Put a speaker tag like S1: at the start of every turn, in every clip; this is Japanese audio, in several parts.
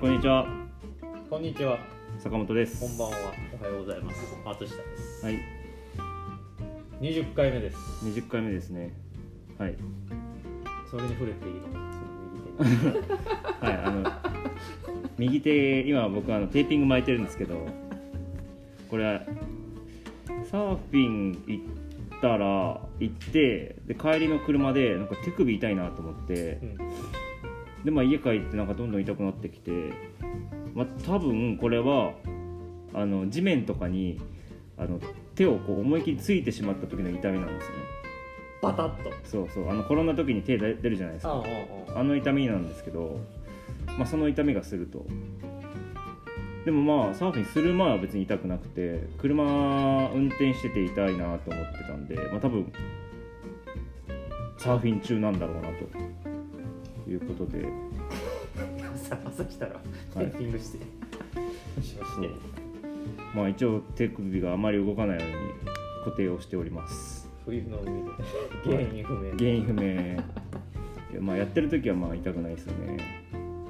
S1: こんにちは、
S2: こんにちは。
S1: 坂本です。
S2: こんばんは。おはようございます。松下です。
S1: はい、
S2: 二十回目です。
S1: 二十回目ですね。はい、
S2: それに触れていいの？その右手に。
S1: はい、あの右手今僕あのテーピング巻いてるんですけど、これはサーフィン行ったら行ってで帰りの車でなんか手首痛いなと思って
S2: うん。
S1: でまあ家帰ってなんかどんどん痛くなってきて、まあ、多分これはあの地面とかにあの手をこう思い切りついてしまった時の痛みなんですね。
S2: バタッと。
S1: そうそうあの転んだ時に手出出るじゃないですか
S2: ああああ
S1: あの痛みなんですけど、まあ、その痛みがするとでもまあサーフィンする前は別に痛くなくて車運転してて痛いなと思ってたんで、まあ、多分サーフィン中なんだろうなということで
S2: ああ。さ朝来たら
S1: い
S2: テーピングして。よしよしね。
S1: まあ一応手首があまり動かないように固定をしております
S2: 冬の海で原因不明。
S1: 原因不明いやまあやってる時はまあ痛くないですよね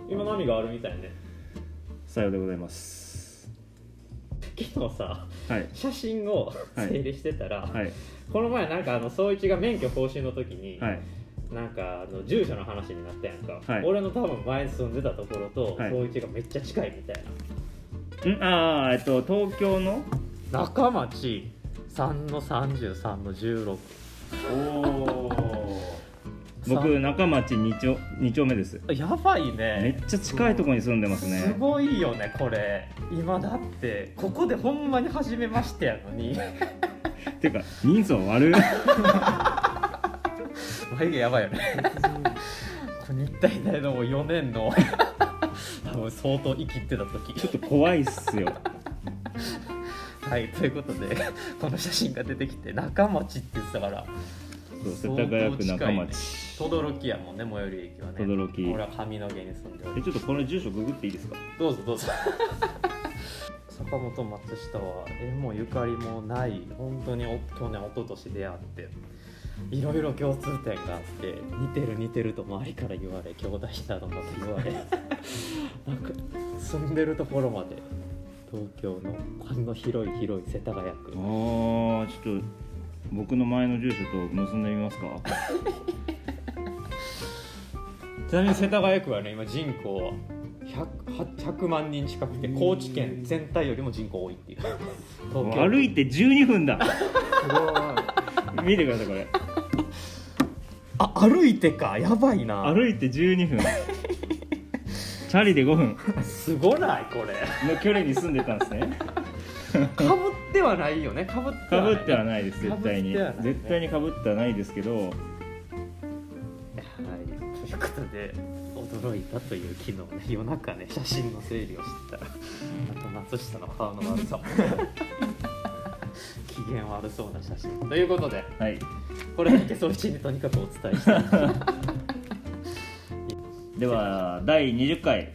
S2: 今波があるみたいね。
S1: さようでございます
S2: 昨日さ、
S1: はい
S2: 写真を
S1: はい
S2: 整理してたら、
S1: はい
S2: この前なんかあの総一が免許更新の時に、
S1: はい
S2: なんかあの住所の話になったやんか、
S1: はい
S2: 俺の多分前住んでたところと
S1: はい
S2: 総一がめっちゃ近いみたいな。
S1: んああえっと東京の
S2: 中町3の33の16
S1: お
S2: さ
S1: 僕中町二丁二丁目です
S2: んやばい
S1: め
S2: ね
S1: っちゃ近いところに住んでます
S2: す
S1: ね
S2: ごいよねこれ今だってここでほんまに初めましてやのに
S1: ていうか人相悪い
S2: 眉毛やばいよねこれ日体大のもう4年の多分相当生きてた
S1: ちょっ
S2: 時
S1: と怖いっすよ
S2: はいということでこの写真が出てきて中町って言ってたから
S1: そう世田谷区
S2: 相
S1: 中
S2: 当近いね
S1: 町
S2: 轟やもんね最寄り駅はね
S1: 轟
S2: 俺は上野毛に住んでおり
S1: えちょっとこの住所ググっていいですか
S2: どうぞどうぞ 坂本松下は縁もゆかりもない本当にお去年一昨年出会っていろいろ共通点があって似てる似てると周りから言われ兄弟だのだと言われ なんか住んでるところまで東京のこんな広い広い世田谷
S1: あ
S2: 区
S1: ーちょっと僕の前の住所と結んでみますか
S2: ちなみに世田谷区はね今人口 100, 100万人近くて高知県全体よりも人口多いって いう東京
S1: 歩いて12分だ
S3: すごい
S1: 見てくださいこれ
S2: あ歩いてかやばいな
S1: 歩いて12分チャリで5分
S2: すごないこれ
S1: の距離に住んでたんですね
S2: かぶってはないよねかぶって
S1: か
S2: はな
S1: ぶ
S2: い
S1: ってはないです絶対に
S2: 被ってはない
S1: 絶対にかぶってはないですけど
S2: はいということで驚いたという昨日ね夜中ね写真の整理をしてたらあと松下の顔の悪 さ機嫌悪そうな写真ということで
S1: はい
S2: これだけそいちにとにかくお伝え したい
S1: では第20回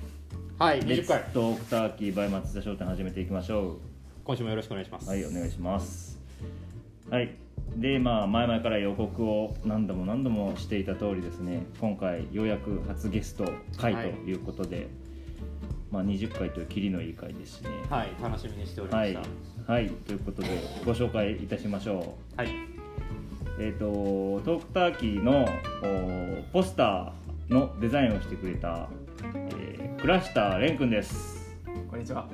S2: はい
S1: レッ
S2: 20
S1: ツ
S2: 回
S1: トークターキー by 松田商店始めていきましょ
S2: 今週もよろしくお願いします
S1: うはいお願いしますはいでまあ前々から予告を何度も何度もしていた通りですね今回ようやく初ゲスト回と
S2: はい
S1: いうことで、まあ、20回という切りのいい回ですしね
S2: はい楽しみにしておりま
S1: は
S2: し
S1: い
S2: たは、
S1: はい、ということでご紹介いたしましょう
S2: い、
S1: えー、とトークターキーのおポスターのデザインをしてくれた、えー、倉下蓮くんです
S3: こんにちは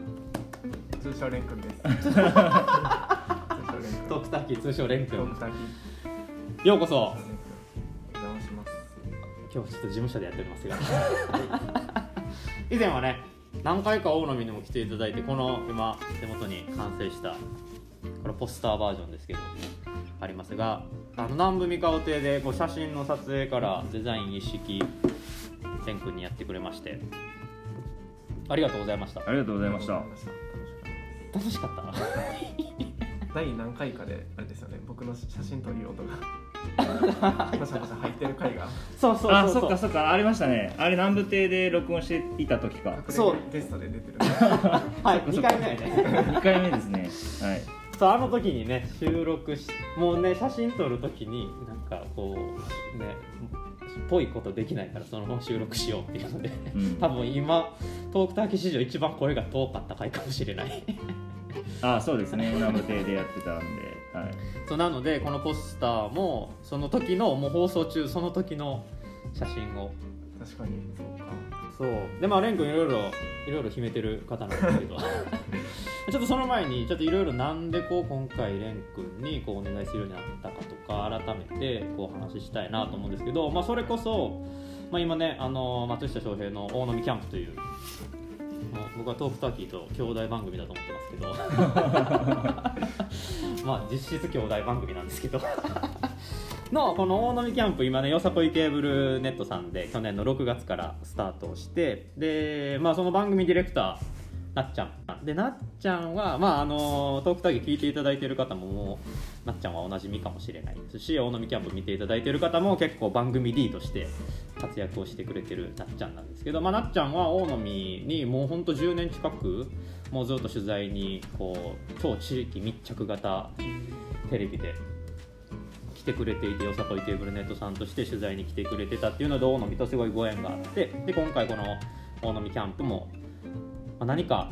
S3: 通称レン君です 通称レン君
S2: トークターキー通称レン
S3: トー
S2: 君
S3: クターキー
S2: ようこそ
S3: レン君お邪魔します
S2: 今日ちょっと事務所でやっておりますが以前はね何回か大野見にも来ていただいてこの今手元に完成したこれポスターバージョンですけどありますがあの南部三河亭でこう写真の撮影からデザイン一式千君にやってくれましてありがとうございました
S1: ありがとうございました
S3: ありがとうござい
S2: 楽
S3: まし
S2: しかった
S3: 第何回かであれですよね僕の写真撮り音 がパシャパシャ入ってる回が
S2: たそうそう
S1: あ
S2: そ
S1: そ
S2: うそ
S1: っか
S2: う
S1: そっかありましたねあれ南部亭で録音していた時か
S2: そう
S3: 隠れゲストで出てる
S2: はい
S1: そっかそっ
S2: 2
S1: か
S2: 回目やね
S1: 2回目ですねはい
S2: そうあの時にね収録しもうね写真撮る時になんかかこうねっぽいことできないからそのまま収録しようっていうので
S1: うん
S2: 多分今トークターキ史上一番声が遠かった回かもしれない
S1: ああそうですねラムテでやってたんで、はい、
S2: そうなのでこのポスターもその時のもう放送中その時の写真を
S3: 確かにそうか
S2: そうでまあ蓮君いろいろいろいろ決めてる方なんですけどちょっとその前にちょっといろいろなんでこう今回蓮君にこうお願いするようになったかとか改めてこうお話ししたいなと思うんですけど、まあ、それこそ、まあ、今ねあの松下翔平の「大飲みキャンプ」というもう僕はトークターキーと兄弟番組だと思ってますけどまあ実質兄弟番組なんですけどのこの大飲みキャンプ今ねよさこいケーブルネットさんで去年の6月からスタートをしてでまあその番組ディレクターなっちゃんでなっちゃんはまああのトークターゲ聞いていただいてる方ももうなっちゃんはおなじみかもしれないですし大飲みキャンプ見ていただいてる方も結構番組 D として活躍をしてくれてるなっちゃんなんですけど、まあ、なっちゃんは大野見にもうほんと10年近くもうずっと取材にこう超地域密着型テレビで来てくれていてよさこいテーブルネットさんとして取材に来てくれてたっていうので大野見とすごいご縁があってで今回この大野見キャンプも、まあ何か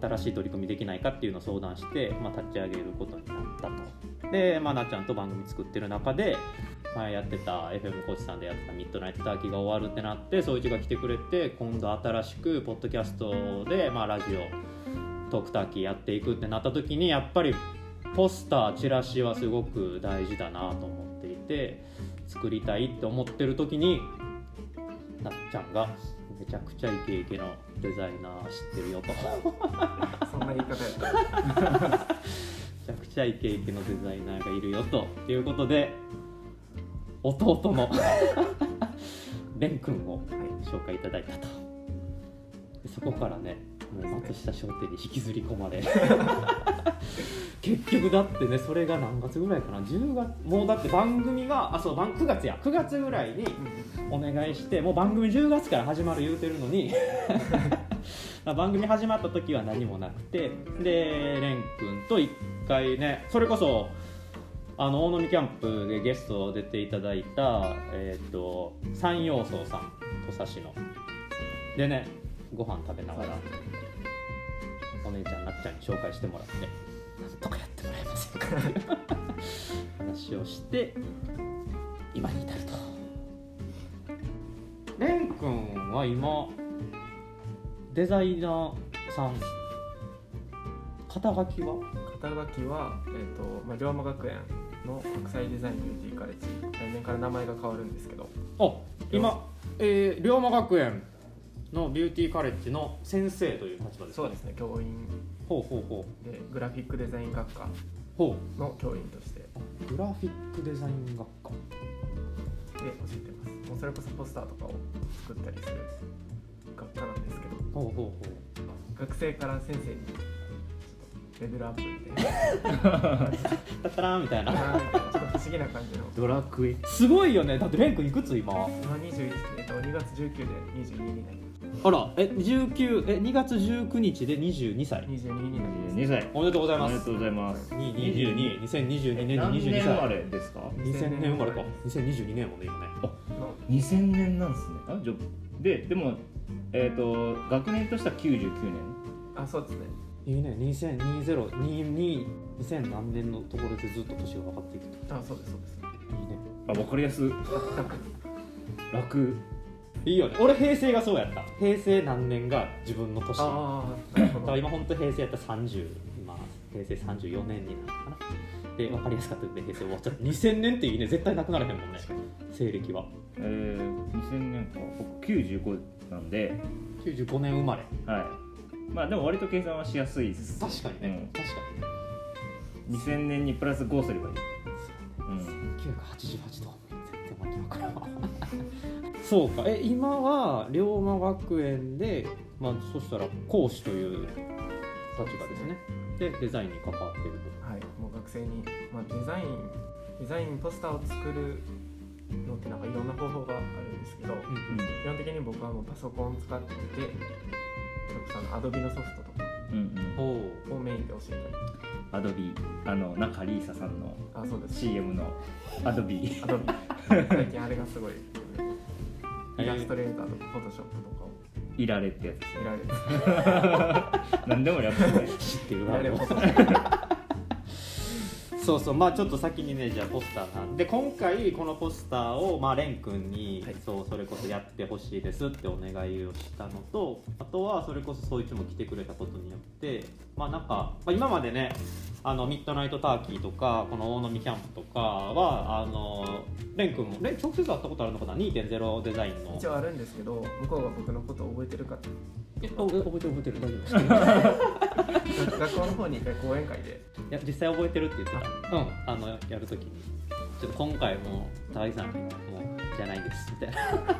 S2: 新しい取り組みできないかっていうのを相談して、まあ、立ち上げることになったと。で、まあ、なっちゃんと番組作ってる中で前やってた FM コーチさんでやってた「ミッドナイトターキー」が終わるってなってそういちが来てくれて今度新しくポッドキャストで、まあ、ラジオトークターキーやっていくってなった時にやっぱりポスターチラシはすごく大事だなと思っていて作りたいって思ってる時になっちゃんがめちゃくちゃイケイケのデザイナー知ってるよと。
S3: そんな言い方やったら
S2: めちゃくちゃイケイケのデザイナーがいるよということで弟の レン君を紹介いただいたとでそこからねもう松下商店に引きずり込まれ 結局だってねそれが何月ぐらいかな10月もうだって番組があそう番9月や9月ぐらいにお願いしてもう番組10月から始まる言うてるのにまあ番組始まった時は何もなくてで蓮君と一回ねそれこそあの大飲みキャンプでゲストを出ていただいた、えー、と三陽荘さん土佐市のでねご飯食べながらお姉ちゃんなっちゃんに紹介してもらって「なんとかやってもらえませんか」っていう話をして今に至ると蓮くんは今デザイナーさん肩書きは
S3: 肩書きは、えーとまあ、龍馬学園の国際デザインビューティーカレッジ来年から名前が変わるんですけど
S2: あ今、えー、龍馬学園のビューティーカレッジの先生という立場ですか
S3: そうですね教員
S2: ほうほうほ
S3: でグラフィックデザイン学科
S2: うほ
S3: の教員としてで
S2: うグラフィックデザイン学科
S3: 教えてますもうそれこそポスターとかを作ったりする学科なんですけど
S2: ほうほうほう
S3: 学生から先生にちょっとレベルアップみたいな
S2: タタラーンみたい な
S3: なんかちょっと不思議な感じの
S1: ドラクエ
S2: すごいよねだってレン君いくつ今
S3: 今21えっと2月19で22になり
S2: あらえ19え2月19日で22歳
S3: 22になります
S1: 22歳
S2: おめでとうござい
S1: お
S2: ま
S1: めですとうございます
S2: 2 2 2 2022年の
S1: 何年
S2: 22
S1: 生ま
S2: 歳
S1: れですか
S2: 2000年生まれか2022年もね今ね
S3: の
S1: 2000年なんですねあじゃあででもえっ、と学年としては99年
S3: あそうですね
S2: いいね202022 2000何年のところでずっと年が分かっていくと
S3: あそうですそうです
S2: いいね
S1: あ分かりやす楽
S2: いいよね俺平成がそうやった平成何年が自分の年だ
S3: ああなるほ
S2: か
S3: ど
S2: ら今本当平成やったら30まあ平成34年になるのかなで分かりやすかったんで平成終わっちゃった2000年っていいね絶対なくならへんもんね西暦は
S1: えー、2000年か僕95なんで
S2: 95年生まれ
S1: はいまあでも割と計算はしやすいです
S2: 確かにね、確かにね
S1: 2000年にプラス5すればいい、うん、
S2: 1988と全然わけわからんそうかえ今は龍馬学園で、まあ、そしたら講師という立場ですねでデザインに関わっている
S3: はい、もう学生に、まあ、デザインデザインポスターを作るのってなんかいろんな方法があるんですけど
S2: と、
S1: うん
S3: 基本的に僕はもうパソコン使っててそれこそあのアドビのソフトとか
S1: うんうん
S2: おう
S3: をメインで教えたり
S1: アドビあの中里依紗さんの
S3: あそ うです
S1: CM のアドビ
S3: アドビ最近あれがすごい
S2: えー
S3: イラストレーターとかフォトショップとかを
S1: いられってやつ
S3: いられて
S1: 何でもやってない
S2: 知って
S3: い
S2: る
S3: ら
S2: わ
S3: れフォトショップ
S2: そうそうまあちょっと先にねじゃあポスターなんで今回このポスターをまあ蓮くんに、
S3: はい
S2: そうそれこそやってほしいですってお願いをしたのとあとはそれこそそういつも来てくれたことによってまあなんか、まあ、今までねあのミッドナイトターキーとかこの大飲みキャンプとかはあの蓮くんも蓮直接会ったことあるのかな2.0デザインの
S3: 一応あるんですけど向こうが僕のことを覚えてるかって
S2: えお覚えてる覚えてる大丈夫です
S3: 学校の方に一回講演会で
S2: いや実際覚えてるって言ってたうんあのやるときにちょっと今回もう高木さんもうじゃないですみたいな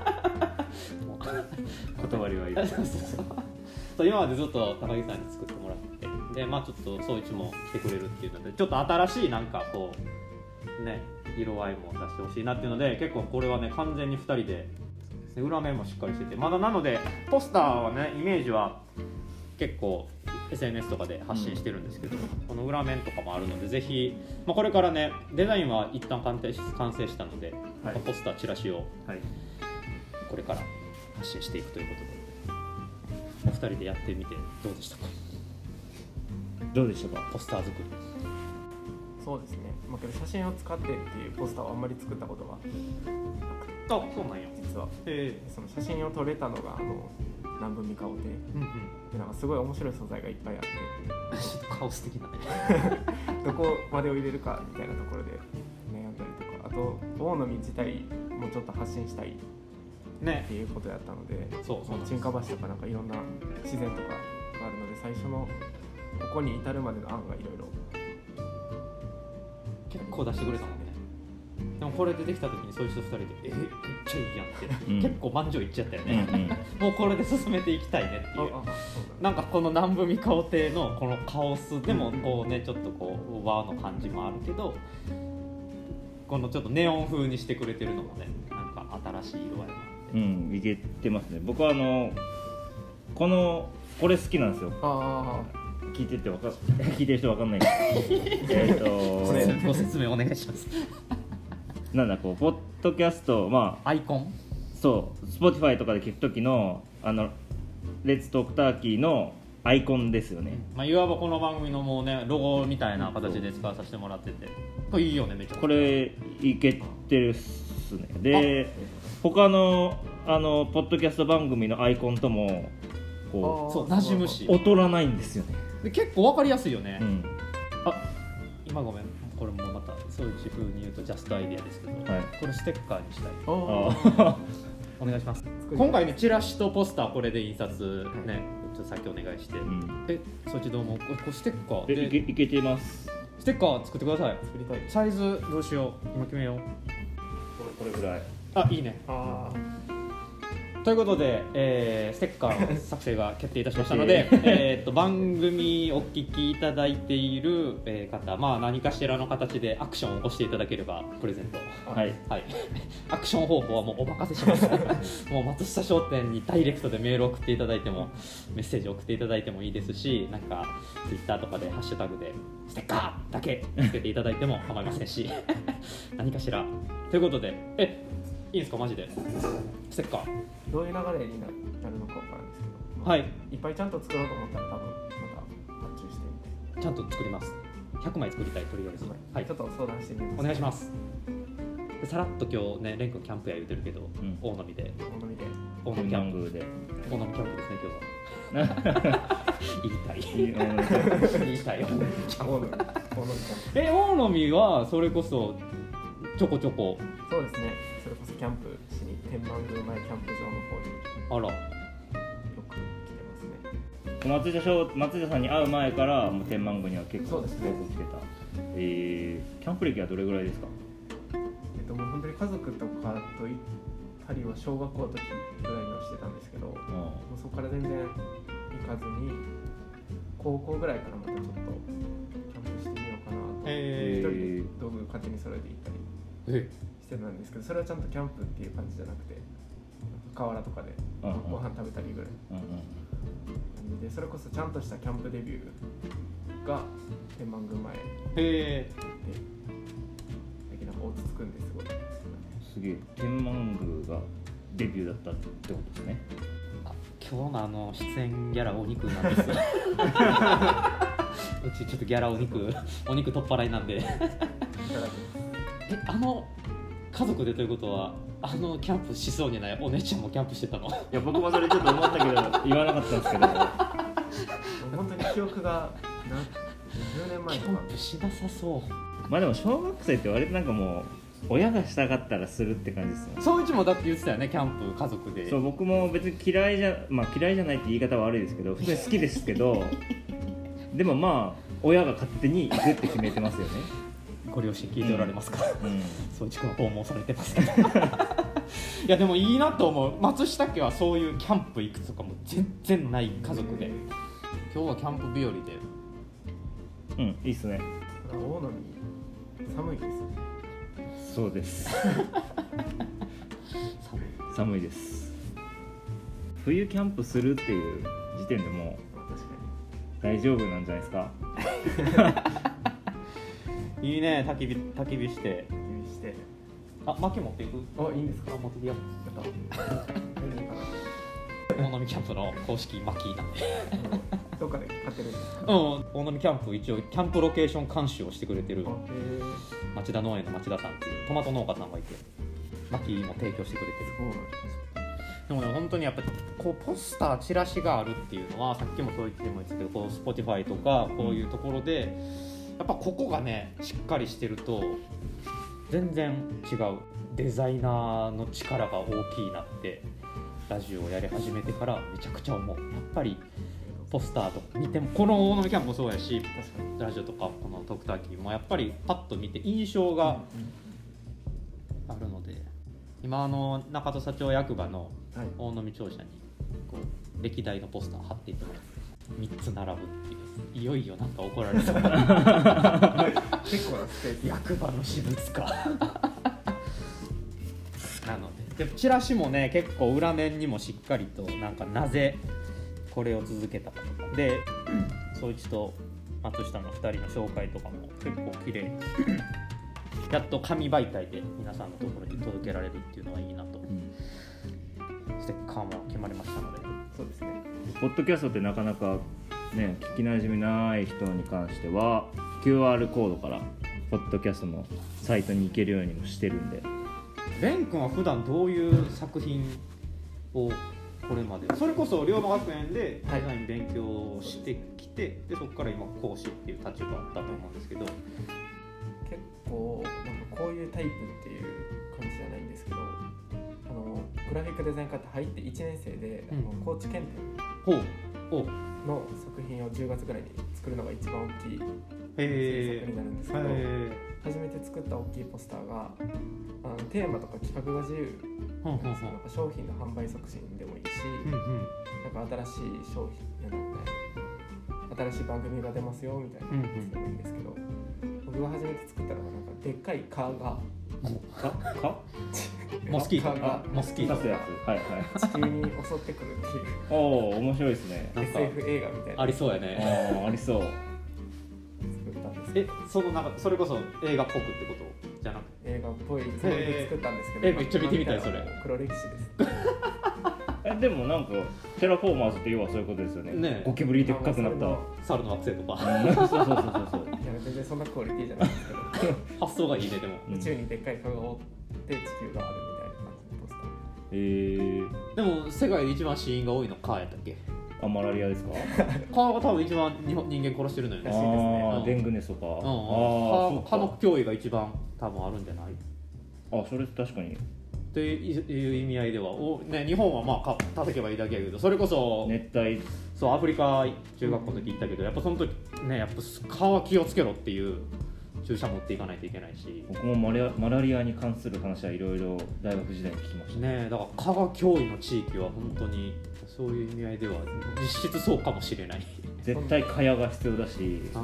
S2: も
S1: 断りはいる
S2: うそうそうそう そう今までずっと高木さんに作ってもらってでまあちょっと総一も来てくれるっていうのでちょっと新しいなんかこうね色合いも出してほしいなっていうので結構これはね完全に2人でで裏面もしっかりしててまだなのでポスターはねイメージは結構 SNS とかで発信してるんですけど、この裏面とかもあるのでぜひ、まあ、これからねデザインは一旦完成し完成したので、
S1: はい
S2: まあポスターチラシを
S1: はい
S2: これから発信していくということでお二人でやってみてどうでしたか
S1: どうでしたか
S2: ポスター作り
S3: そうですね、まあ、けど写真を使ってっていうポスターをあんまり作ったことが
S2: あそうなんや
S3: 実は
S2: え
S3: その写真を撮れたのがあの南部三顔亭
S2: えうん うん
S3: でなんかすごい面白い素材がいっぱいあって
S2: ちょっとカオス的なね
S3: どこまでを入れるかみたいなところで悩んだりとかあと大野実自体もちょっと発信したいっ
S2: ね
S3: ていうことやったので
S2: そうそう
S3: ま
S2: なん
S3: あ
S2: です
S3: 沈下橋とかなんかいろんな自然とかがあるので最初のここに至るまでの案がいろいろ
S2: 結構出してくれたもんねでもこれ出てきた時にそういう人2人で「えめっちゃいいやん」って、
S1: うん
S2: 結構満場いっちゃったよ
S1: うんう
S2: ね、
S1: ん
S2: もうこれで進めていきたいねってい
S3: ああ
S2: う
S3: そうだ
S2: なんかこの南部三顔亭のこのカオスでもこうねちょっとこう和の感じもあるけどこのちょっとネオン風にしてくれてるのもねなんか新しい色合いもあっ
S1: うんいけてますね僕はあのこのこれ好きなんですよ
S3: ああ
S1: 聞いててわか 聞いてる人わかんないけどえっ
S3: これ
S1: と
S2: てご説明お願い します
S1: なんだこうポッドキャストまあ
S2: アイコン
S1: そう Spotify とかで聞く時のあのレッツトークターキーのアイコンですよね
S2: まあ、いわばこの番組のもうねロゴみたいな形で使わさせてもらっててこれいいよねめっちゃ
S1: これいけてるっすねで他のあのポッドキャスト番組のアイコンともこ
S2: そう馴染むし
S1: う劣らないんですよね、
S2: で結構わかりやすいよね、
S1: うん
S2: あ今ごめんこれもまたそういう自風に言うとジャストアイディアですけど、
S1: はい、
S2: これステッカーにしたい
S3: あ
S1: あ
S3: ー
S1: ー
S2: お願いします
S3: 作り
S2: 今回ねチラシとポスターこれで印刷ねちょっと先お願いして、
S1: うん
S2: えそっちどうもこれこれステッカー
S1: でいけ
S2: で
S1: いけてます
S2: ステッカー作ってください
S3: 作りたい
S2: サイズどうしよう今決めよう
S1: これぐらい
S2: あいいね
S3: ああ
S2: ということで、えーステッカーの作成が決定いたしましたので えーと番組お聞きいただいているえー方、まあ、何かしらの形でアクションを起こしていただければプレゼント
S1: はい
S2: はい、 アクション方法はもうお任せします もう松下商店にダイレクトでメールを送っていただいてもメッセージを送っていただいてもいいですしなんかツイッターとかで「ハッシュタグでステッカー!」だけつけていただいても構いませんし 何かしらということでえいいんですかマジでステッカー
S3: どういう流れにななるのかわからんですけど、まあ
S2: はい
S3: いっぱいちゃんと作ろうと思ったら多分また発注してみて
S2: ちゃんと作ります100枚作りたいとりあえずはい
S3: ちょっと相談してみます
S2: お願いしますでさらっと今日ね蓮くんキャンプや言うてるけど、
S1: ん
S2: 大飲みで
S3: お好みで
S2: 大飲みキャンプ
S1: ングで
S2: 大飲みキャンプですね今日は 言いたい
S1: いいうん
S2: 言いたいよ
S3: お好みお好みちゃ
S2: え大野美はそれこそちょこちょこ
S3: んそうですねそれこそキャンプしに天満宮前キャンプ場の方に
S2: あら
S3: よく来てます
S1: 松
S3: ね
S1: 下翔松下さんに会う前からもう天満宮には結構
S3: そう
S1: よく
S3: で
S1: 来
S3: す
S1: て
S3: ね
S1: た、えー、キャンプ歴はどれぐらいですか
S3: えっともう本当に家族とかと行ったりは小学校の時ぐらいにはしてたんですけどもう
S1: あ
S3: そこから全然行かずに高校ぐらいからまたちょっとキャンプしてみようかなと
S2: え
S3: 一人
S1: ー
S3: で道具勝手に揃えて行ったり
S2: え
S3: してたんですけどそれはちゃんとキャンプっていう感じじゃなくて河原とかで
S1: うんうん
S3: ご飯食べたりぐらい
S1: うんうん
S3: なんでじでそれこそちゃんとしたキャンプデビューが天満宮前で
S2: へえ
S3: 最近なんか落ち着くんですごい
S1: すげえ天満宮がデビューだったってことですね
S2: あ今日のあの出演ギャラお肉なん ですようちちょっとギャラお肉お肉取っ払いなんで
S3: いただきます
S2: えあの家族でということはあのキャンプしそうにないお姉ちゃんもキャンプしてたの
S1: いや僕もそれちょっと思ったけど言わなかったんですけ ど
S3: もう本当に記憶が何10
S2: キ
S3: 年前と
S2: ャ
S3: か
S2: ンプしなさそ
S1: まあでも小学生って割となんかもう親がしたかったらするって感じですよ
S2: う
S1: ね
S2: そういちもだって言ってたよねキャンプ家族で
S1: そう僕も別に嫌いじゃまあ嫌いじゃないって言い方は悪いですけど普通に好きですけ どでもまあ親が勝手に行くって決めてますよね、
S2: ご両親聞いておられますか、
S1: うん、
S2: そういちくんは訪問されてます けどいやでもいいなと思う松下家はそういうキャンプ行くとかも全然ない家族で今日はキャンプ日和で
S1: うん、いいっすね
S3: ただ大野に寒いですよ
S1: そうです
S2: 寒い
S1: 寒いです冬キャンプするっていう時点でも
S3: まあ確か
S1: う大丈夫なんじゃないですか
S2: いいね焚き火焚き火して
S3: に気にして
S2: あ薪持っていく
S3: あいいんですか
S2: あ持ってきよう
S3: やった大丈夫か
S2: 大波キャンプの公式薪なんで
S3: なあのどっかで買ってるんですか
S2: うん大波キャンプ一応キャンプロケーション監修をしてくれてる
S3: あへえ
S2: 町田農園の町田さんっていうトマト農家さんがいて薪も提供してくれてる
S3: そうなんで
S2: でもね本当にやっぱこうポスターチラシがあるっていうのはさっきもそう言っても言ってたけどこう Spotify とかこういうところで、やっぱここがねしっかりしてると全然違うデザイナーの力が大きいなってラジオをやり始めてからめちゃくちゃ思うやっぱりポスターとか見てもこの大野キャンプもそうやし
S3: す確かに
S2: ラジオとかこの「トークターキー」もやっぱりパッと見て印象があるので今あの中戸社長役場の
S3: はい
S2: 大野見庁舎にこう歴代のポスター貼っていってもらって3つ並ぶっていういよいよなんか怒られそうな
S3: 結構なステーキ
S2: 役場の私物かなのででチラシもね結構裏面にもしっかりとなんかなぜこれを続けたかとかで宗一と松下の2人の紹介とかも結構綺麗にやっと紙媒体で皆さんのところに届けられるっていうのはいいなとステッカーも決まりましたので
S3: そうですね
S1: ポッドキャストってなかなかね聞きなじみない人に関しては QR コードからポッドキャストのサイトに行けるようにもしてるんで
S2: レン君は普段どういう作品をこれまでそれこそ龍馬学園でデザイン勉強をしてきてでそこから今講師っていう立場だと思うんですけど
S3: 結構なんかこういうタイプっていう感じじゃないんですけどあのグラフィックデザイン科って入って1年生で、
S2: うん
S3: あの高知県展
S2: ほうほう
S3: の作品を10月ぐらいに作るのが一番大きい制
S2: へ
S3: 作になるんですけど、
S2: え
S3: 初めて作った大きいポスターがあのテーマとか企画が自由
S2: ほうほう
S3: なんか商品の販売促進でもいいし、
S2: うんうん
S3: なんか新しい商品なんだったり新しい番組が出ますよみたいなやつでもいいんですけど、僕が初めて作ったのがなんかでっかいカーが
S1: かか
S2: モスキー
S3: 蚊
S2: ト
S3: が
S2: あモスキ
S1: 刺
S2: ー
S1: す
S2: ト
S1: やつはいはい
S3: 地球に襲ってくるっていう
S1: おお面白いですね
S2: なんか
S3: SF 映画みたいな
S2: あ
S3: の
S2: りそうやね
S1: ああありそう
S3: 作ったんですけ
S2: え
S3: ど
S2: そのなんかそれこそ映画っぽくってことじゃなくて
S3: 映画っぽいつもりで作ったんですけど、
S2: えーえーめっちゃ見てみたいそれ
S3: 黒歴史です
S1: えでもなんかテラフォーマーズって要はそういうことですよね
S2: ねえ
S1: ゴキブリでっかくなった
S3: い
S2: 猿の惑星と か
S1: うんそうそうそうそう そう
S3: や全然そんなクオリティじゃないんですけど
S2: 発想がいいねでも
S1: うん
S3: 宇宙にでっかい蚊が覆って地球があるみたいな感じのポス
S1: えー、
S2: でも世界で一番死因が多いのカーやったっけ
S1: あマラリアですか
S2: 蚊が多分一番日本人間殺してるのよ
S3: ら
S2: ね
S3: しいですね
S1: あーデング熱とか、
S2: うん
S1: あ
S2: 蚊
S1: あ
S2: 蚊
S1: そ
S2: の脅威が一番多分あるんじゃないう
S1: かあそれ確かに
S2: といういう意味合いではお、ね、日本はまあ蚊叩けばいいだけやけどそれこそ,、
S1: 熱帯
S2: そうアフリカ中学校の時行ったけどやっぱその時ねやっぱ蚊は気をつけろっていう注射持っていかないといけないし
S1: 僕もマラリアマラリアに関する話はいろいろ大学時代に聞きました
S2: ねだから蚊が脅威の地域は本当にそういう意味合いでは実質そうかもしれない。
S1: 絶対蚊帳が必要だし
S2: あ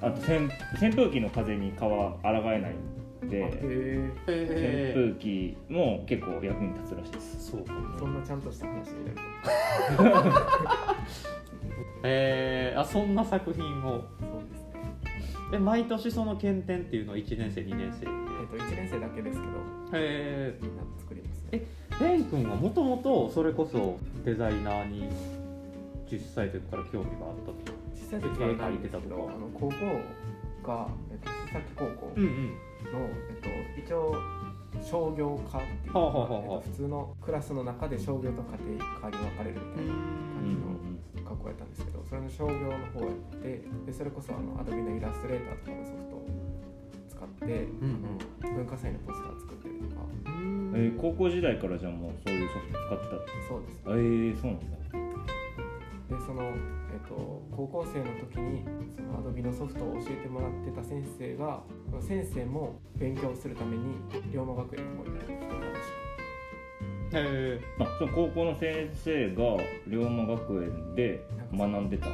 S2: あ
S1: あと扇扇風機の風に蚊は抗えない
S3: あへ
S1: て
S3: え
S2: え
S1: 扇風機も結構役に立つらしいです
S2: そうか
S3: そんなちゃんとした話になる
S2: えー、あそんな作品を
S3: そうですね
S2: え毎年その検定っていうのを1年生2年生って
S3: えっと1年生だけですけど
S2: え
S3: みんな作りますね
S2: ー、レン君はもともとそれこそデザイナーに10歳というから興味があったと
S3: 小さい時は絵描いてたけどあの高校が、えっと、須崎高校
S2: うんうん
S3: の、えっと、一応商業科っていうか、
S2: はあはあはあ
S3: えっと、普通のクラスの中で商業と家庭科に分かれるみたいな
S1: うんうん
S3: 感じの学校やったんですけどそれの商業の方やってでそれこそあのアドビのイラストレーターとかのソフトを使って、
S2: うん
S3: あの文化祭のポスター作ったりとか
S1: うんえー高校時代からじゃあもうそういうソフト使ってたって
S3: そうです
S1: えー、そうなんだ
S3: でその、えっと高校生の時にそのアドビのソフトを教えてもらってた先生がその先生も勉強するために龍馬学園の方に来てたらし
S2: え
S1: あその高校の先生が龍馬学園で学んでたああ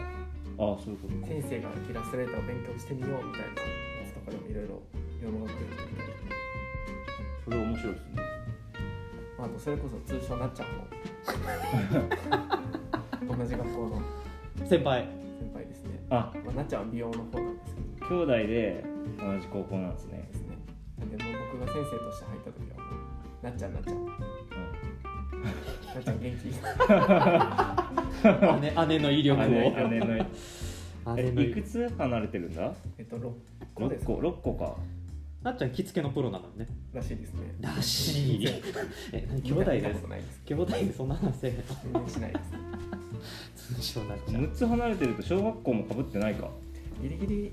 S1: そういうこと
S3: く
S1: か
S3: 先生がイラストレーターを勉強してみようみたいなやつとかでもいろいろ龍馬学園とか見たりとか、
S1: それ面白いですね
S3: まあ、あとそれこそ通称なっちゃんも同じ学校の
S2: ー、先 輩
S3: 先輩ですね、
S1: あ
S3: まあ、なっちゃんは美容の方なんですけど
S1: 兄弟で同じ高校なんですね、
S3: ですねなんでもう僕が先生として入った時はもうなっちゃんなっちゃんなっちゃん元気
S2: 姉姉の威
S1: うん、
S2: 力を
S1: 姉 姉の
S2: 姉の
S1: えいくつ離れてるんだ
S3: えっと6個で
S1: 6
S3: すか
S1: 個六個か
S2: なっちゃん着付けのプロなのね
S3: らしいですね
S2: らしい え何兄弟
S3: 見た
S2: で
S3: こ
S2: す
S3: とないです
S2: 兄弟でそんな話せんの
S3: 全然しないです
S2: 通称なっちゃん
S1: 6つ離れてると小学校もかぶってないか
S3: ギリギリ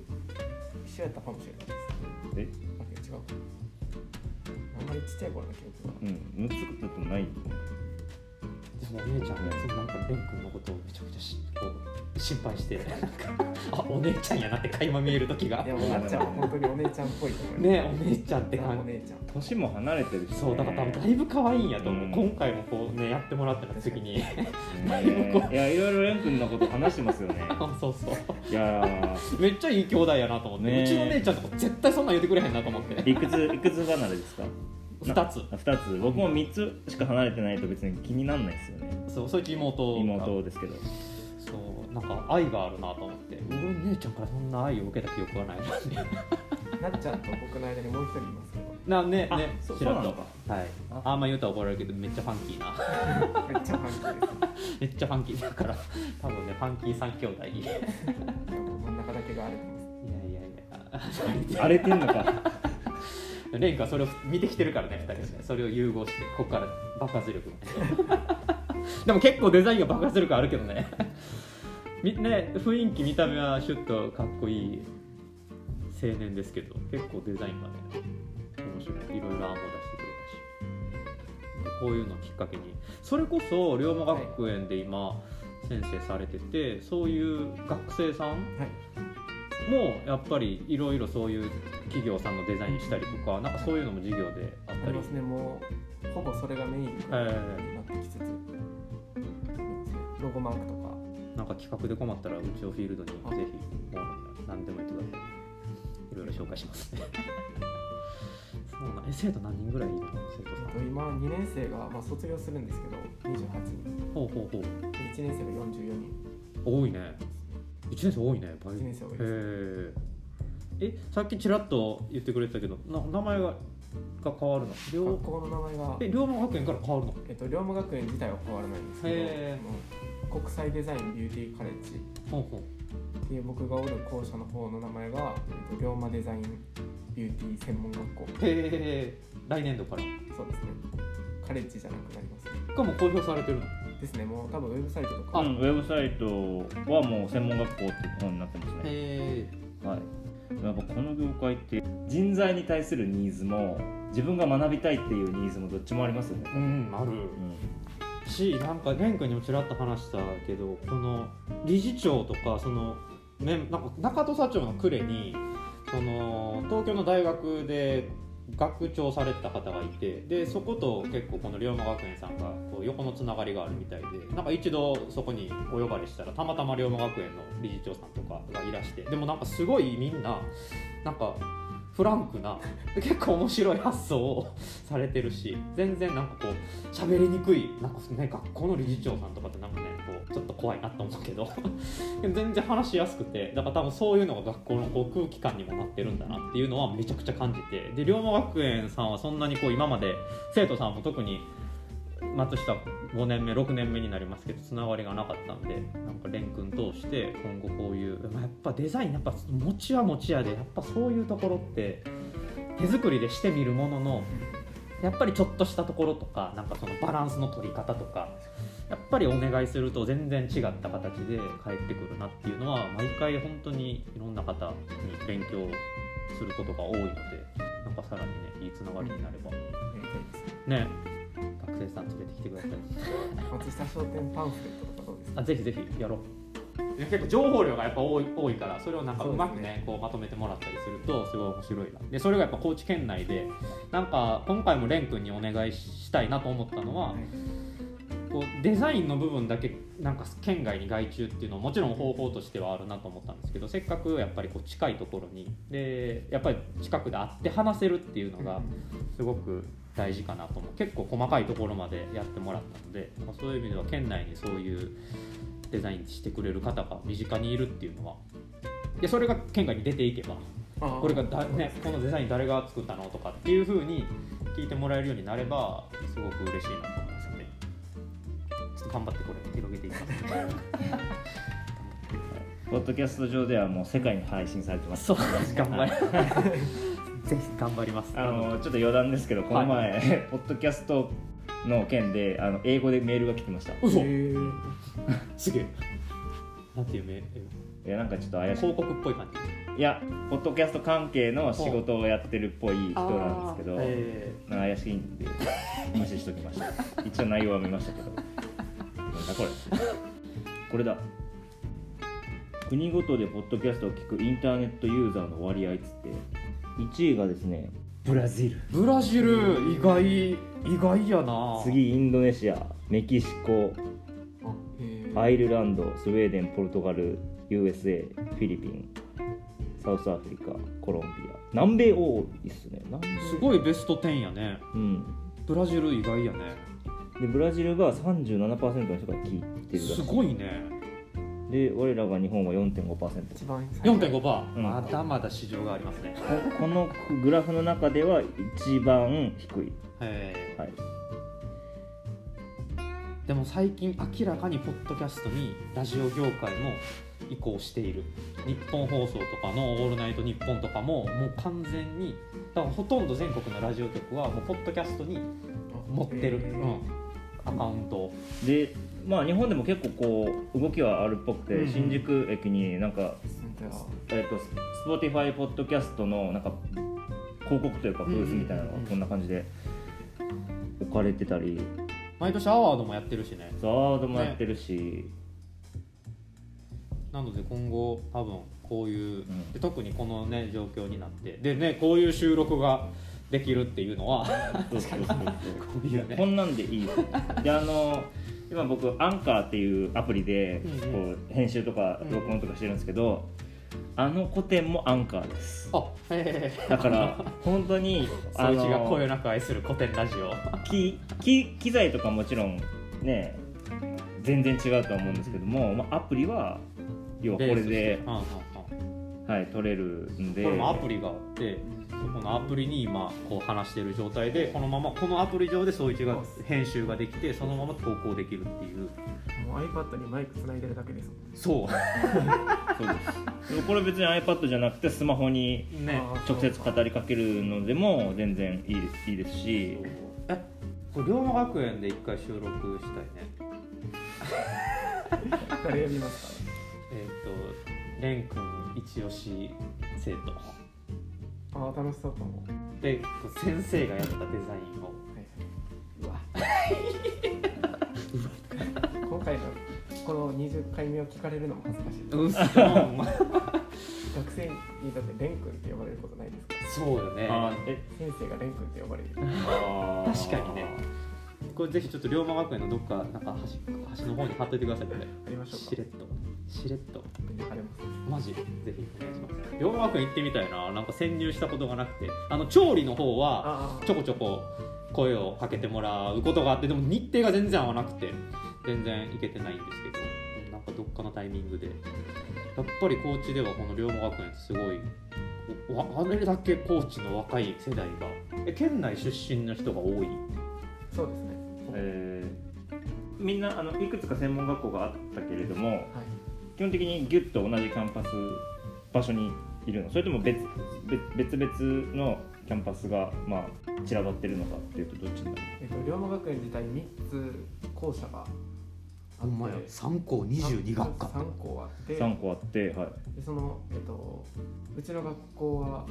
S3: 一緒やったかもしれないです
S1: え
S3: あ違うかあんまりちっちゃい頃の記憶は
S1: うん6つだとない
S2: でもお姉ちゃんね、そのなんか蓮くんのことをめちゃくちゃしこう心配して、なんかあお姉ちゃんやなって垣間見える時が、
S3: い
S2: ね
S3: やもうなっちゃんは本当にお姉ちゃんっぽいと思います
S2: お姉ちゃんって
S3: なお
S2: 感
S3: 姉ちゃん
S1: 年も離れてるし、
S2: じ。
S1: ね、
S2: そうだから多分だいぶ可愛いんやと思う。
S1: うん
S2: 今回もこうねやってもらったの 次に、
S1: ねいやいろいろ蓮くんのこと話してますよね
S2: あそうそう。
S1: いやー
S2: めっちゃいい兄弟やなと思って。
S1: ねえ
S2: うちの姉ちゃんとか絶対そんなん言ってくれへんなと思って。
S1: いくついくつ離れですか
S2: 二つ。
S1: 2つ僕も3つしか離れてないと別に気になんないですよね
S2: そうそいつ妹が。
S1: 妹ですけど
S2: そうなんか愛があるなと思って。俺姉ちゃんからそんな愛を受けた記憶はないもんね。
S3: なっちゃんと僕の間にもう一人いますけど
S2: なね
S1: あ
S2: ね
S1: そう
S2: ちらっ
S1: そうな
S2: と
S1: のか
S2: はい。
S1: あ
S2: あんま言うと怒られるけどめっちゃファンキーな。
S3: めっちゃファンキー
S2: め
S3: で
S2: っちゃファンキーだから多分ねファンキー三兄 弟いやい
S3: すでも真ん中だけが荒れてます
S2: やいや
S1: 荒れてんの か
S2: レン君はそれを見てきてるからね2人でそれを融合してここから爆発力が でも結構デザインが爆発力あるけどね みね雰囲気見た目はシュッとかっこいい青年ですけど結構デザインがね面白いいろいろ案も出してくれたしこういうのをきっかけにそれこそ龍馬学園で今先生されてて、そういう学生さん
S3: はい
S2: もやっぱりいろいろそういう企業さんのデザインしたりとかなんかそういうのも授業であっ
S3: あ
S2: た
S3: り
S2: り
S3: ますねもうほぼそれがメインにな
S2: え
S3: ってきつつロゴマークとか
S2: ーなんか企画で困ったらうちをフィールドに
S3: あ
S2: ぜひもう何でも言ってくださいいろいろ紹介し ますねそうなんえ生徒何人ぐらいいるの生徒さ
S3: えっ
S2: ん
S3: と今2年生が、まあ、卒業するんですけど28人
S2: ほうほうほう
S3: で1年生が44人
S2: 多いね1年生多いね倍
S3: 1年生多いです
S2: へええさっきちらっと言ってくれてたけどな名前がが変わるの龍
S3: 学校の名前が、
S2: え龍馬学園から変わるの
S3: えっと、龍馬学園自体は変わらないんですけど
S2: へ
S3: あの国際デザインビューティーカレッジ
S2: ほうほう
S3: っていう僕がおる校舎の方の名前が、えっと、龍馬デザインビューティー専門学校
S2: へえ来年度から
S3: そうですねカレッジじゃなくなりますね
S2: がもう公表されてるの
S3: ですねもう多分ウェブサイトと
S1: う
S3: か
S1: んウェブサイトはもう専門学校って本になってますね
S2: へ
S1: はい、やっぱこの業界って人材に対するニーズも自分が学びたいっていうニーズもどっちもありますよね
S2: え、うんある
S1: う
S2: しなんか蓮君にもちらっと話したけどこの理事長とかそのメンなんか中戸社長の呉にその東京の大学で学長されてた方がいてでそこと結構この龍馬学園さんがこう横のつながりがあるみたいでなんか一度そこにお呼ばれしたらたまたま龍馬学園の理事長さんとかがいらしてでもなんかすごいみんななんかフランクな 結構面白い発想をされてるし全然なんかこう喋りにくいなんか、ね、学校の理事長さんとかってなんかねこうちょっと怖いなと思うけど でも全然話しやすくてだから多分そういうのが学校のこう空気感にもなってるんだなっていうのはめちゃくちゃ感じてで龍馬学園さんはそんなにこう今まで生徒さんも特に松下5年目6年目になりますけどつながりがなかったんでなんか蓮くん通して今後こういう、まあ、やっぱデザインやっぱ持ちは持ちやでやっぱそういうところって手作りでしてみるもののやっぱりちょっとしたところとかなんかそのバランスの取り方とかやっぱりお願いすると全然違った形で返ってくるなっていうのは毎回本当にいろんな方に勉強することが多いのでなんかさらにねいいつながりになれば
S3: やりたいです
S2: ね学生さん連れてきてください。
S3: 松下商店パンフレットとかどうですか
S2: あぜひぜひやろう結構情報量がやっぱ多い多いからそれをなんか
S3: そう
S2: う
S3: です
S2: ま
S3: ね
S2: くねこうまとめてもらったりするとすごい面白いなでそれがやっぱ高知県内でなんか今回も蓮くんにお願いしたいなと思ったのは、
S3: はい
S2: こうデザインの部分だけなんか県外に外注っていうのももちろん方法としてはあるなと思ったんですけどせっかくやっぱりこう近いところにでやっぱり近くで会って話せるっていうのがすごく大事かなと思う結構細かいところまでやってもらったので、まあ、そういう意味では県内にそういうデザインしてくれる方が身近にいるっていうのはでそれが県外に出ていけば
S3: あ
S2: これがだ、ね、このデザイン誰が作ったのとかっていう風に聞いてもらえるようになればすごく嬉しいなと思いますのでちょっと頑張ってこれ広げていきます
S1: ポッドキャスト上ではもう世界に配信されてます
S2: そう頑張り ぜひ頑張ります
S1: あのちょっと余談ですけどこの前、 ポッドキャストの件であの英語でメールが来てましたい
S2: 嘘
S3: へー
S2: すげえなんていう名
S1: やなんかちょっと怪し
S2: 広告っぽい感じ
S1: いいやポッドキャスト関係の仕事をやってるっぽい人なんですけど、
S2: え
S1: なんか怪しいんで無視しときました一応内容は見ましたけどなんだこれこれだ国ごとでポッドキャストを聞くインターネットユーザーの割合っつって1位がですねブラジル
S2: ーブラジル意外意外やな
S1: 次インドネシアメキシコ
S3: あへー
S1: アイルランドスウェーデンポルトガル USA フィリピンサウスアフリカコロンビア南米多いっすね南米
S2: すごいベスト10やね
S1: うん
S2: ブラジル意外やね
S1: でブラジルが37%の人が聞いてるらし
S2: す
S1: い
S2: ごいね
S1: で我らが日本は4.5%
S3: 一番最後
S2: 4.5%、パー
S1: うん
S2: まだまだ市場がありますね
S1: ここのグラフの中では一番低い、
S2: へー
S1: はい、
S2: でも最近明らかにポッドキャストにラジオ業界も移行している日本放送とかの「オールナイトニッポン」とかももう完全にだからほとんど全国のラジオ局はもうポッドキャストに持ってる、
S3: へー
S2: うん、アカウントを
S1: でまあ日本でも結構こう動きはあるっぽくて、
S2: うん
S1: 新宿駅になんか、
S3: 本当や
S1: えっと Spotify ポッドキャストのなんか広告というかブースみたいなの
S2: うんうんうん
S1: がこんな感じで置かれてたり
S2: 毎年アワードもやってるしね
S1: ザワードもやってるし、
S2: なので今後多分こういう、
S1: ん
S2: で特にこのね状況になってでねこういう収録ができるっていうのは
S1: そうそうそうそう
S2: こういうね
S1: こんなんでいいですであの今僕アンカーっていうアプリで
S2: うんう
S1: こう編集とか
S2: うん
S1: 録音とかしてるんですけど、あの古典もアンカーです
S2: あへえ
S1: だ から本当に
S2: あ
S1: あ
S2: のが
S1: の
S2: 声なく愛する古典ラジオ
S1: きき機材とかもちろんね全然違うとは思うんですけども、まあ、アプリは要はこれ
S2: ベース
S1: で
S2: して、うんうんうん
S1: はい、撮れるんで
S2: これもアプリがあってそこのアプリに今こう話してる状態でこのままこのアプリ上でそういちが編集ができてそのまま投稿できるっていう
S3: もう iPad にマイク繋いでるだけですもん
S2: そ
S1: そうですでもこれ別に iPad じゃなくてスマホに
S2: うね
S3: あー
S1: 直接語りかけるのでも全然いいですいいですし
S2: えこれ龍馬学園で一回収録したいね
S3: 誰呼びます
S2: えっ、とレン君一押し生徒
S3: かああ楽しそうかも、は
S2: で先生がやったデザインをうわ
S3: い、今回のこの20回目を聞かれるのも恥ずかしい学
S2: うっそ
S3: 生にだってレン君って呼ばれることないですから
S2: そうよね
S1: あーえ
S3: 先生がレン君って呼ばれる
S2: 確かにねこれぜひちょっと龍馬学園のどっかなんか端端の方に貼っといてくださいこれ
S3: ありましょう
S2: し
S3: か
S2: れっとしれっと
S3: ありま
S2: マ
S3: す
S2: ジぜひお願いします龍馬くん行ってみたいななんか潜入したことがなくてあの調理の方は
S3: あ
S2: ちょこちょこ声をかけてもらうことがあってでも日程が全然合わなくて全然行けてないんですけどなんかどっかのタイミングでやっぱり高知ではこの龍馬学園ってすごいおわあれだけ高知の若い世代がえ県内出身の人が多い
S3: あそうですね
S1: えーみんなあのいくつか専門学校があったけれども
S3: はい
S1: 基本的にギュッと同じキャンパス場所にいるのそれとも別別別々のキャンパスが、まあ、散らばってるのかっていうとどっちになる
S3: えっと龍馬学園自体3つ校舎が
S2: ほんまや3校22学科
S3: 3校あって
S1: 3個あって、はい、
S3: でその、えっと、うちの学校は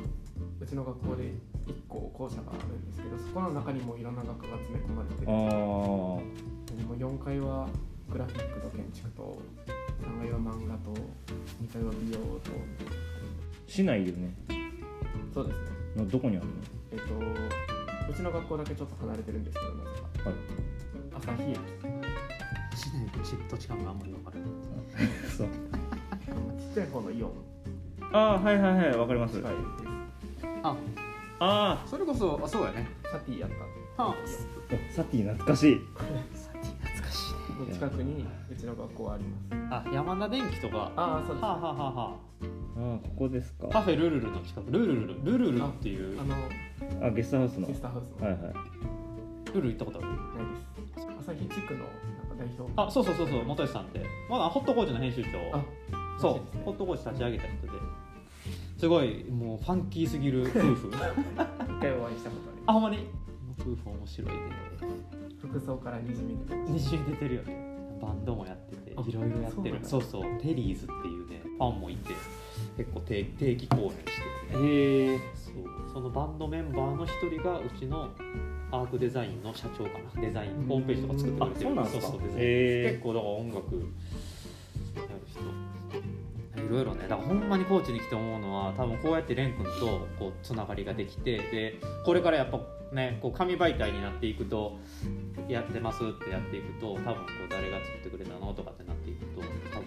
S3: うちの学校で1校校舎があるんですけどそこの中にもいろんな学科が詰め込まれてて
S1: あー
S3: でも4階はグラフィックと建築と3階は漫画と2階は美容と
S1: 市内よね
S3: そうですね
S1: のどこにある
S3: えっとうちの学校だけちょっと離れてるんですけどなぜか、
S1: はい
S3: 朝日駅
S2: 市内とち土地勘があんまり分からない
S1: のそう
S3: ちっちゃい方のイオン
S1: ああはいはいはいわかります
S3: 近いで
S2: あ
S1: あ
S2: それこそあそうやね
S3: すサティやった
S2: は
S1: あサティ懐かしい
S2: サティ懐かしいね
S3: の近くにうちの学校はあります
S2: あ山田電機とかは
S3: ああそ
S2: あ
S3: うです
S2: はあはあはあ
S1: あーここですか
S2: カフェルルルの近くルルルルルルルっていう
S3: あの
S1: あゲストハウスの
S3: ゲストハウスの、
S1: はい
S3: ない
S1: はい
S2: ルル行ったことある
S3: です朝日地区のなんか代表
S2: あそうそうそうそう元吉さんってまだホットコーチの編集長
S3: あ
S2: そ
S3: らしいです
S2: う
S3: ね
S2: ホットコーチ立ち上げた人ですごいもうファンキーすぎる 夫婦
S3: 一回お会いしたことありま
S2: あほんまに夫婦面白いね
S3: す服装からにじみ出てまし
S2: 二週出てるよねバンドもやっててい
S3: あ
S2: ろいろやってる
S3: そ
S2: そうそうテリーズっていうねファンもいて結構定定期公演してて
S1: へえ
S2: そうそのバンドメンバーの一人がうちのアークデザインの社長かなデザインホームページとか作ってくれてる
S1: あそうなんですか
S2: そうそうデザイン結
S1: へ
S2: 構だから音楽やる人いろいろねだからほんまに高知に来て思うのは多分こうやって蓮くんとこうつながりができてでこれからやっぱねこう紙媒体になっていくとやってますってやっていくと多分こう誰が作ってくれたのとかってなっていくと多分なんかも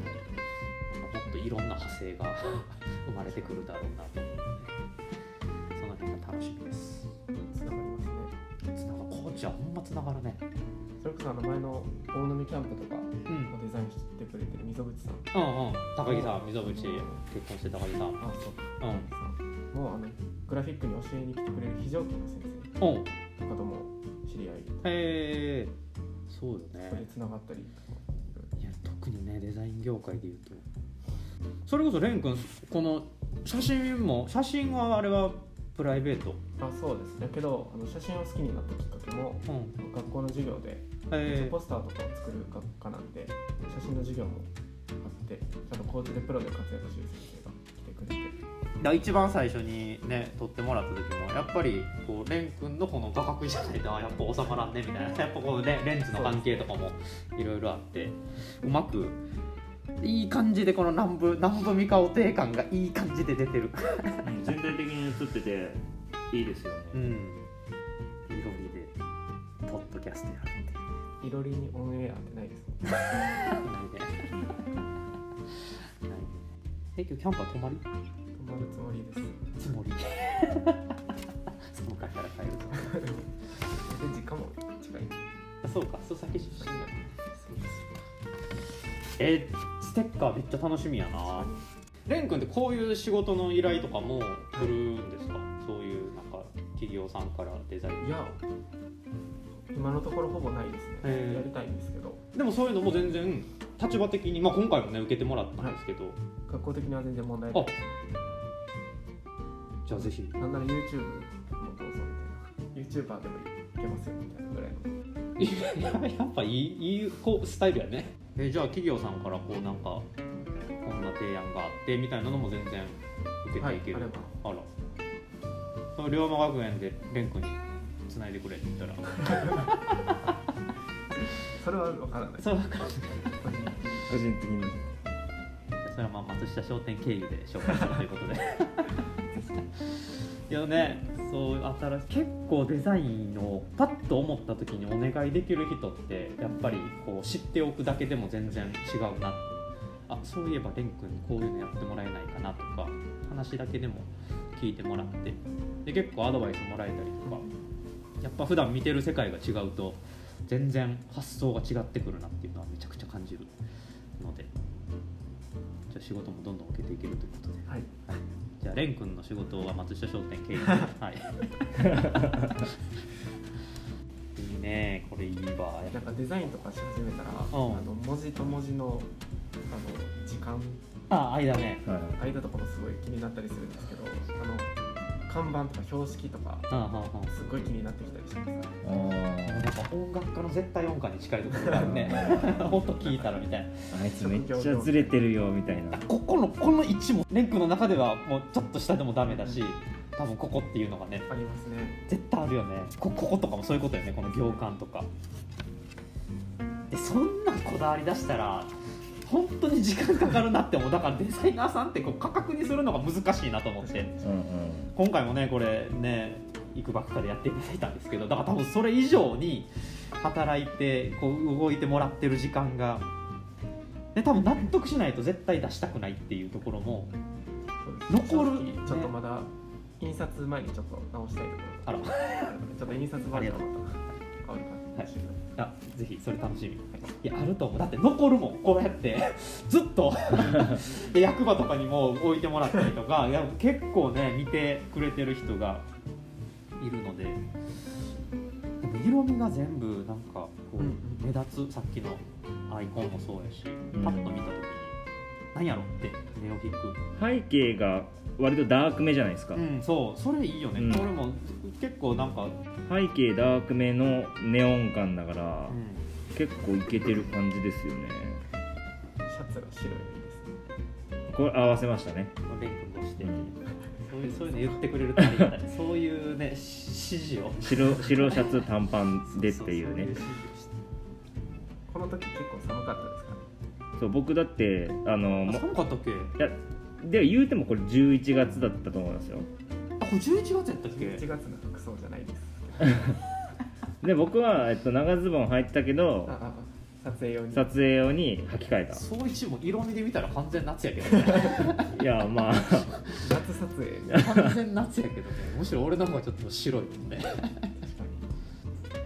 S2: っといろんな派生が 生まれてくるだろうなと思うのでその辺が楽しみです
S3: たつながりますね
S2: つなが高知はほんまつながるね
S3: それこそあの前の大飲みキャンプとかを
S2: うん
S3: デザインしてくれてる溝口さん
S2: うんうん高木さん溝口結婚して高木さん
S3: あそうか
S2: うん
S3: さんもうあのグラフィックに教えに来てくれる非常勤の先生
S2: うん
S3: とかとも知り合い
S2: へえそうよ
S3: それで
S2: ね
S3: つながったりとか
S2: いや特にねデザイン業界でいうとそれこそ蓮くんこの写真も写真はあれはプライベート
S3: あそうですだけどあの写真を好きになったきっかけも
S2: うん
S3: 学校の授業で
S2: え
S3: ポスターとかを作る学科なんで写真の授業もあってあと高知でプロで活躍してる先生が来てくれて
S2: ー、一番最初にね撮ってもらった時もやっぱりこう蓮くんのこの画角じゃないとあやっぱ収まらんねみたいなやっぱこうレレンズの関係とかもいろいろあってうまくいい感じでこの南部南部三河亭感がいい感じで出てる
S1: うん全体的に映ってていいですよね、
S2: うん色味でポッドキャストやるって
S3: いろりにオンエアってないですもん
S2: え今日キャンパー泊まり
S3: 泊まるつもりです
S2: つ もりその会から帰る
S3: で実家も近い
S2: とそうかそう先出身だもんねえステッカーめっちゃ楽しみやなレン君ってこういう仕事の依頼とかも来るんですかそういうなんか企業さんからデザイン
S3: いや今のところほぼないです
S2: へ
S3: ね
S2: ー
S3: やりたいんですけど
S2: でもそういうのも全然立場的に、まあ、今回もね受けてもらったんですけど、
S3: 学校的には全然問題ない
S2: じゃあぜひ
S3: なんなら YouTube もどうぞみたいな YouTuber でもいけますよみたいなぐらいの
S2: ややっぱいいいいこうスタイルやねえじゃあ企業さんからこうなんかこんな提案があってみたいなのも全然受けていける、
S3: はいあれ
S2: あらその龍馬学園で蓮くんにつないでくれって言ったら
S3: それは分からな い
S2: それは分からない
S1: 個人的に
S2: それはまあ松下商店経由で紹介するということでいやねそう新しい結構デザインをパッと思った時にお願いできる人ってやっぱりこう知っておくだけでも全然違うなってあそういえば蓮くんにこういうのやってもらえないかなとか話だけでも聞いてもらってで結構アドバイスもらえたりとかやっぱ普段見てる世界が違うと全然発想が違ってくるなっていうのはめちゃくちゃ感じるのでじゃあ仕事もどんどん受けていけるということで、
S3: はい
S2: じゃあ蓮くんの仕事は松下商店 経営はいいいねこれいいわ
S3: なんかデザインとかし始めたら、あ
S2: うん
S3: の文字と文字のあの時間
S2: あ間ね
S4: はい
S3: 間とかもすごい気になったりするんですけどあの看板とか標識とか
S2: うんうんうん
S3: すごい気になってきたりします
S4: あー
S2: なんか音楽家の絶対音感に近いところがあるね 音聞いたらみたいな
S4: あいつめっちゃずれてるよみたいな
S2: あここのこの位置もレン君の中ではもうちょっと下でもダメだし多分ここっていうのがね
S3: ありますね
S2: 絶対あるよねここことかもそういうことよねこの行間とかでそんなんこだわり出したら本当に時間かかるなって思うだからデザイナーさんってこう価格にするのが難しいなと思って
S4: うんうん
S2: 今回もねこれねいくばくかでやっていただいたんですけどだから多分それ以上に働いてこう動いてもらってる時間が、ね、多分納得しないと絶対出したくないっていうところも
S3: そうです
S2: 残る
S3: 正直ちょっとまだ印刷前にちょっと直したいとこ
S2: あ ら
S3: ろがあるのでちょっと印刷前にまた変わるかもしれない
S2: あぜひそれ楽しみいやあると思うだって残るもんこうやって ずっ とで役場とかにも置いてもらったりとかいや結構ね見てくれてる人がいるのででも色味が全部なんかこう、
S3: うんうん
S2: 目立つさっきのアイコンもそうやし、
S4: うん
S2: パッと見た時に何やろって目を引く、
S4: 背景が割とダークめじゃないですか、
S2: うん、そうそれいいよね、
S4: うん
S2: これも結構なんか、
S4: 背景ダークめのネオン感だから、
S2: うん
S4: 結構いけてる感じですよね
S3: シャツが白いですね
S4: これ合わせましたね
S2: レイ君として、
S4: うん
S2: そういうそういうの言ってくれるとありがたいそういうねし指示を
S4: 白白シャツ短パンでっていうね
S2: そそそ指示をして
S3: この時結構寒かったですかね
S4: そう僕だってあの
S2: あ
S4: も
S2: 寒かったっけ
S4: いやで言うてもこれ11月だったと思いますよ
S2: あこれ11月やったっけ
S3: 11月の服装じゃないです
S4: で僕は、えっと、長ズボン履いてたけど
S3: あああ撮影用に
S4: 撮影用に履き替えた
S2: そういちも色味で見たら完全夏やけどね
S4: いやまあ
S3: 夏撮影確
S2: 完全夏やけどねむしろ俺の方がちょっと白いもんね
S3: かに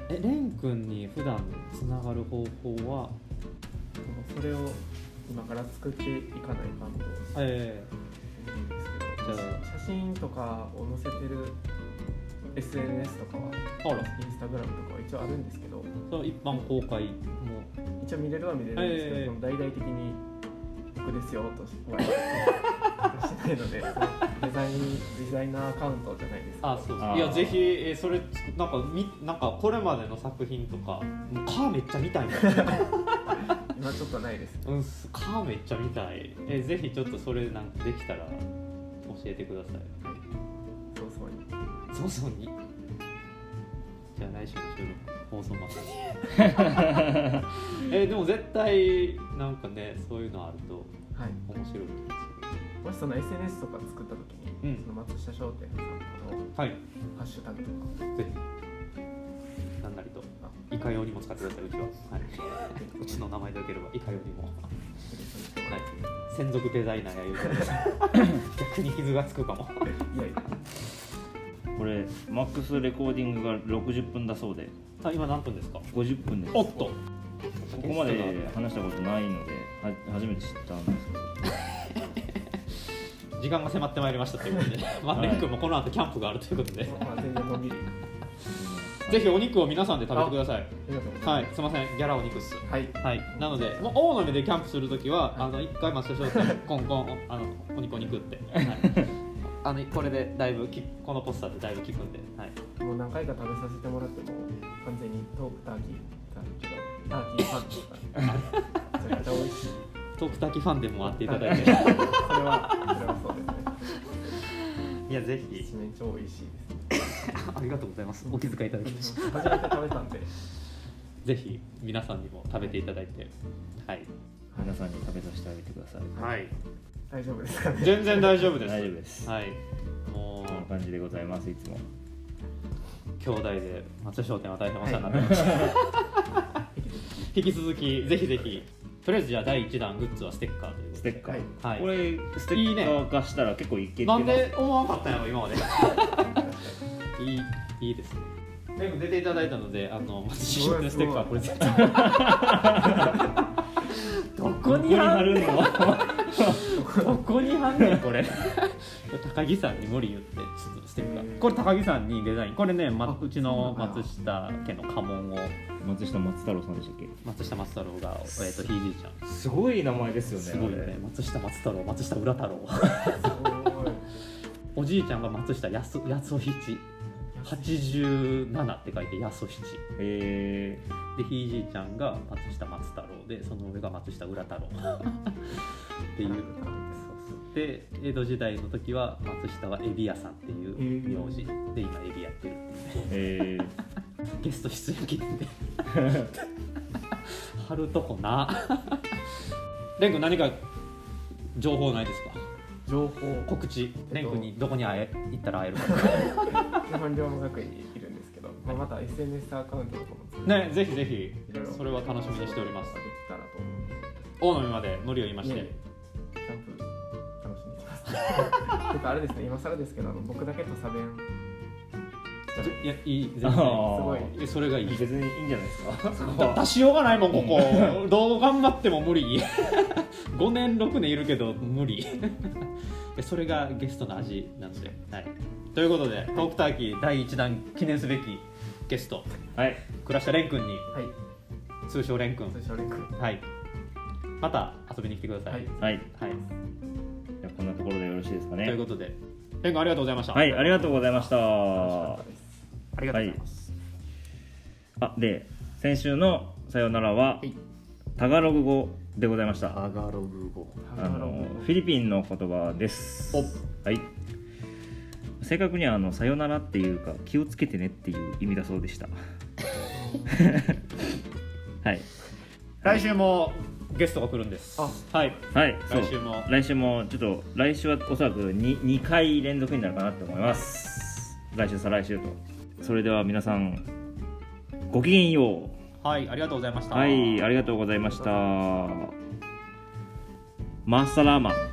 S2: えレン君に普段つながる方法は
S3: もうそれを今から作っていかないかんと
S2: え
S3: 思うんですけど
S2: じゃ
S3: 写真とかを載せてる SNS とかは
S2: えあら
S3: インスタグラムとかは一応あるんですけど
S2: そう一般公開も
S3: 一応見れるは見れるんですけど、
S2: ええ
S3: その大々的に僕ですよとは言わしてないのでそのデザインデザイナーアカウントじゃないですけど
S2: あそう
S4: あー
S2: いやぜひ、えーそれなんかみなんかこれまでの作品とかもうカーめっちゃ見たい な
S3: 今ちょっとないです
S2: うん、すカーめっちゃ見たいえぜひちょっとそれなんかできたら教えてください
S3: 早々に
S2: ゾゾにじゃあ来週の収録放送まで えでも絶対なんかねそういうのあると
S3: はい
S2: 面白い気が
S3: もしその SNS とか作った時に、
S2: うん
S3: その松下商店さんとの
S2: するはい
S3: ハッシュタグとか
S2: ぜひなんなりといかようにも使ってくださいうち は、はい、うちの名前でよければいかようにも
S3: 入れておいても
S2: は
S3: らえ
S2: い専属デザイナーや言うて 逆に傷がつくかも
S3: いやいや
S4: これマックスレコーディングが60分だそうで
S2: あ今何分ですか
S4: 50分です
S2: おっと
S4: ここまで話したことないのでは初めて知ったんですけど
S2: 時間が迫ってまいりましたということ で、まあ、
S4: はい
S2: レン君もこの後キャンプがあるということで、
S3: まあ全然のんびり
S2: ぜひお肉を皆さんで食べてください。
S3: ありがとうございま
S2: はい、すみません、ギャラお肉っす。
S3: す。はい。
S2: はい、なので、もう大野でキャンプするときは、あの一回マスターショ ーコンコン、おあのお肉お肉って、はい、あのこれでだいぶき、このポスターでだいぶ効くんで、はい、
S3: もう何回か食べさせてもらっても完全にトークターキーなんだけど、ターキーファンですから。 めちゃくちゃ美味しい。
S2: トークターキーファンでもあっていただいて、
S3: それはそれはそうで
S2: いや、ぜ
S3: すね。一
S2: ひ、
S3: 面超美味しい
S2: ありがとうございます、お気遣いいただきま
S3: で
S2: し
S3: す
S2: て。。
S3: 初めて食べたんで。
S2: ぜひ、皆さんにも食べていただいて、はい、
S4: 皆さんに食べさせてあげてください
S2: はい、
S3: 大丈夫ですかね。
S2: 全然大丈夫です。
S4: 大丈夫です
S2: はい、も
S4: こん
S2: う
S4: な。感じでございますいつも
S2: 兄弟で松田商店は大変お世話になってました、引き続きぜひぜひとりあえずじゃあ第1弾グッズはステッカーというこ
S1: ステッカー、
S2: はい
S1: これステッカー化したら結構いけてま
S2: な
S1: す
S2: んで思わなかったんやろ 今までいいいいですねでも出ていただいたのであの私のステッカーこれ絶対どこに貼るのどこに貼んねんこれ 高木さんに無理言ってちょっとステッカーこれ高木さんにデザインこれね、ま、うちの松下家の家紋を
S1: 松下松太郎さんでしたっけ
S2: 松下松太郎が、えー、とひいじいちゃん
S4: すごい名前ですよね
S2: すごいよね松下松太郎松下浦太郎 おじいちゃんが松下やすやつおひち87って書いてやそ七
S1: え
S2: でひいじいちゃんが松下松太郎でその上が松下浦太郎 っていうそうそうで江戸時代の時は松下はエビ屋さんっていう名字で今エビやってる
S1: ー、えー
S2: ゲスト出演記念で 貼るとこな 蓮くん何か情報ないですか
S3: 情報
S2: 告知蓮くんにどこに会え行ったら会えるか
S3: 日本龍馬学園にいるんですけど、まあ、また SNS アカウントとかも作って
S2: ねぜひぜひ
S3: いろいろ
S2: それは楽しみにしております
S3: できたらと思う
S2: 大野にまで無理を言いまし
S3: い
S2: て
S3: えいえキャンプ楽しんできます てかあれですね今更ですけどあの僕だけとサベン
S2: いやいい全
S1: あ
S2: 然
S3: すごい
S1: ー
S2: えそれがいい
S4: 別にいいんじゃない ですか
S2: だ出しようがないもんここどう頑張っても無理 5年6年いるけど無理 えそれがゲストの味なので、はい、ということでトークターキー第1弾記念すべきゲスト
S1: はい
S2: 倉下蓮くんに
S3: はい
S2: 通称蓮く
S3: 通
S2: ん
S3: 称レク
S2: はいまた遊びに来てください、
S3: はい
S1: はい
S2: はい
S1: じゃあこんなところでよろしいですか
S2: という
S1: ね
S2: ことで蓮くんありがとうございました
S1: はいありがとうございました
S3: 楽しかったです
S2: ありがとうございます、
S1: あで先週の「さよなら」は
S2: はい
S1: タガログ語でございました
S2: ガログ語
S1: あのフィリピンの言葉です
S2: お
S1: はい正確にはあの「さよなら」っていうか「気をつけてね」っていう意味だそうでした はい
S2: 来週もゲストが来るんです
S3: あ
S2: はい
S1: はいそう
S2: 来週も
S1: 来週もちょっと来週はおそらく 2, 2回連続になるかなって思います来週再来週とそれでは皆さんごきげんよう
S2: はいありがとうございました
S1: はい、ありがとうございました。マッサラーマン。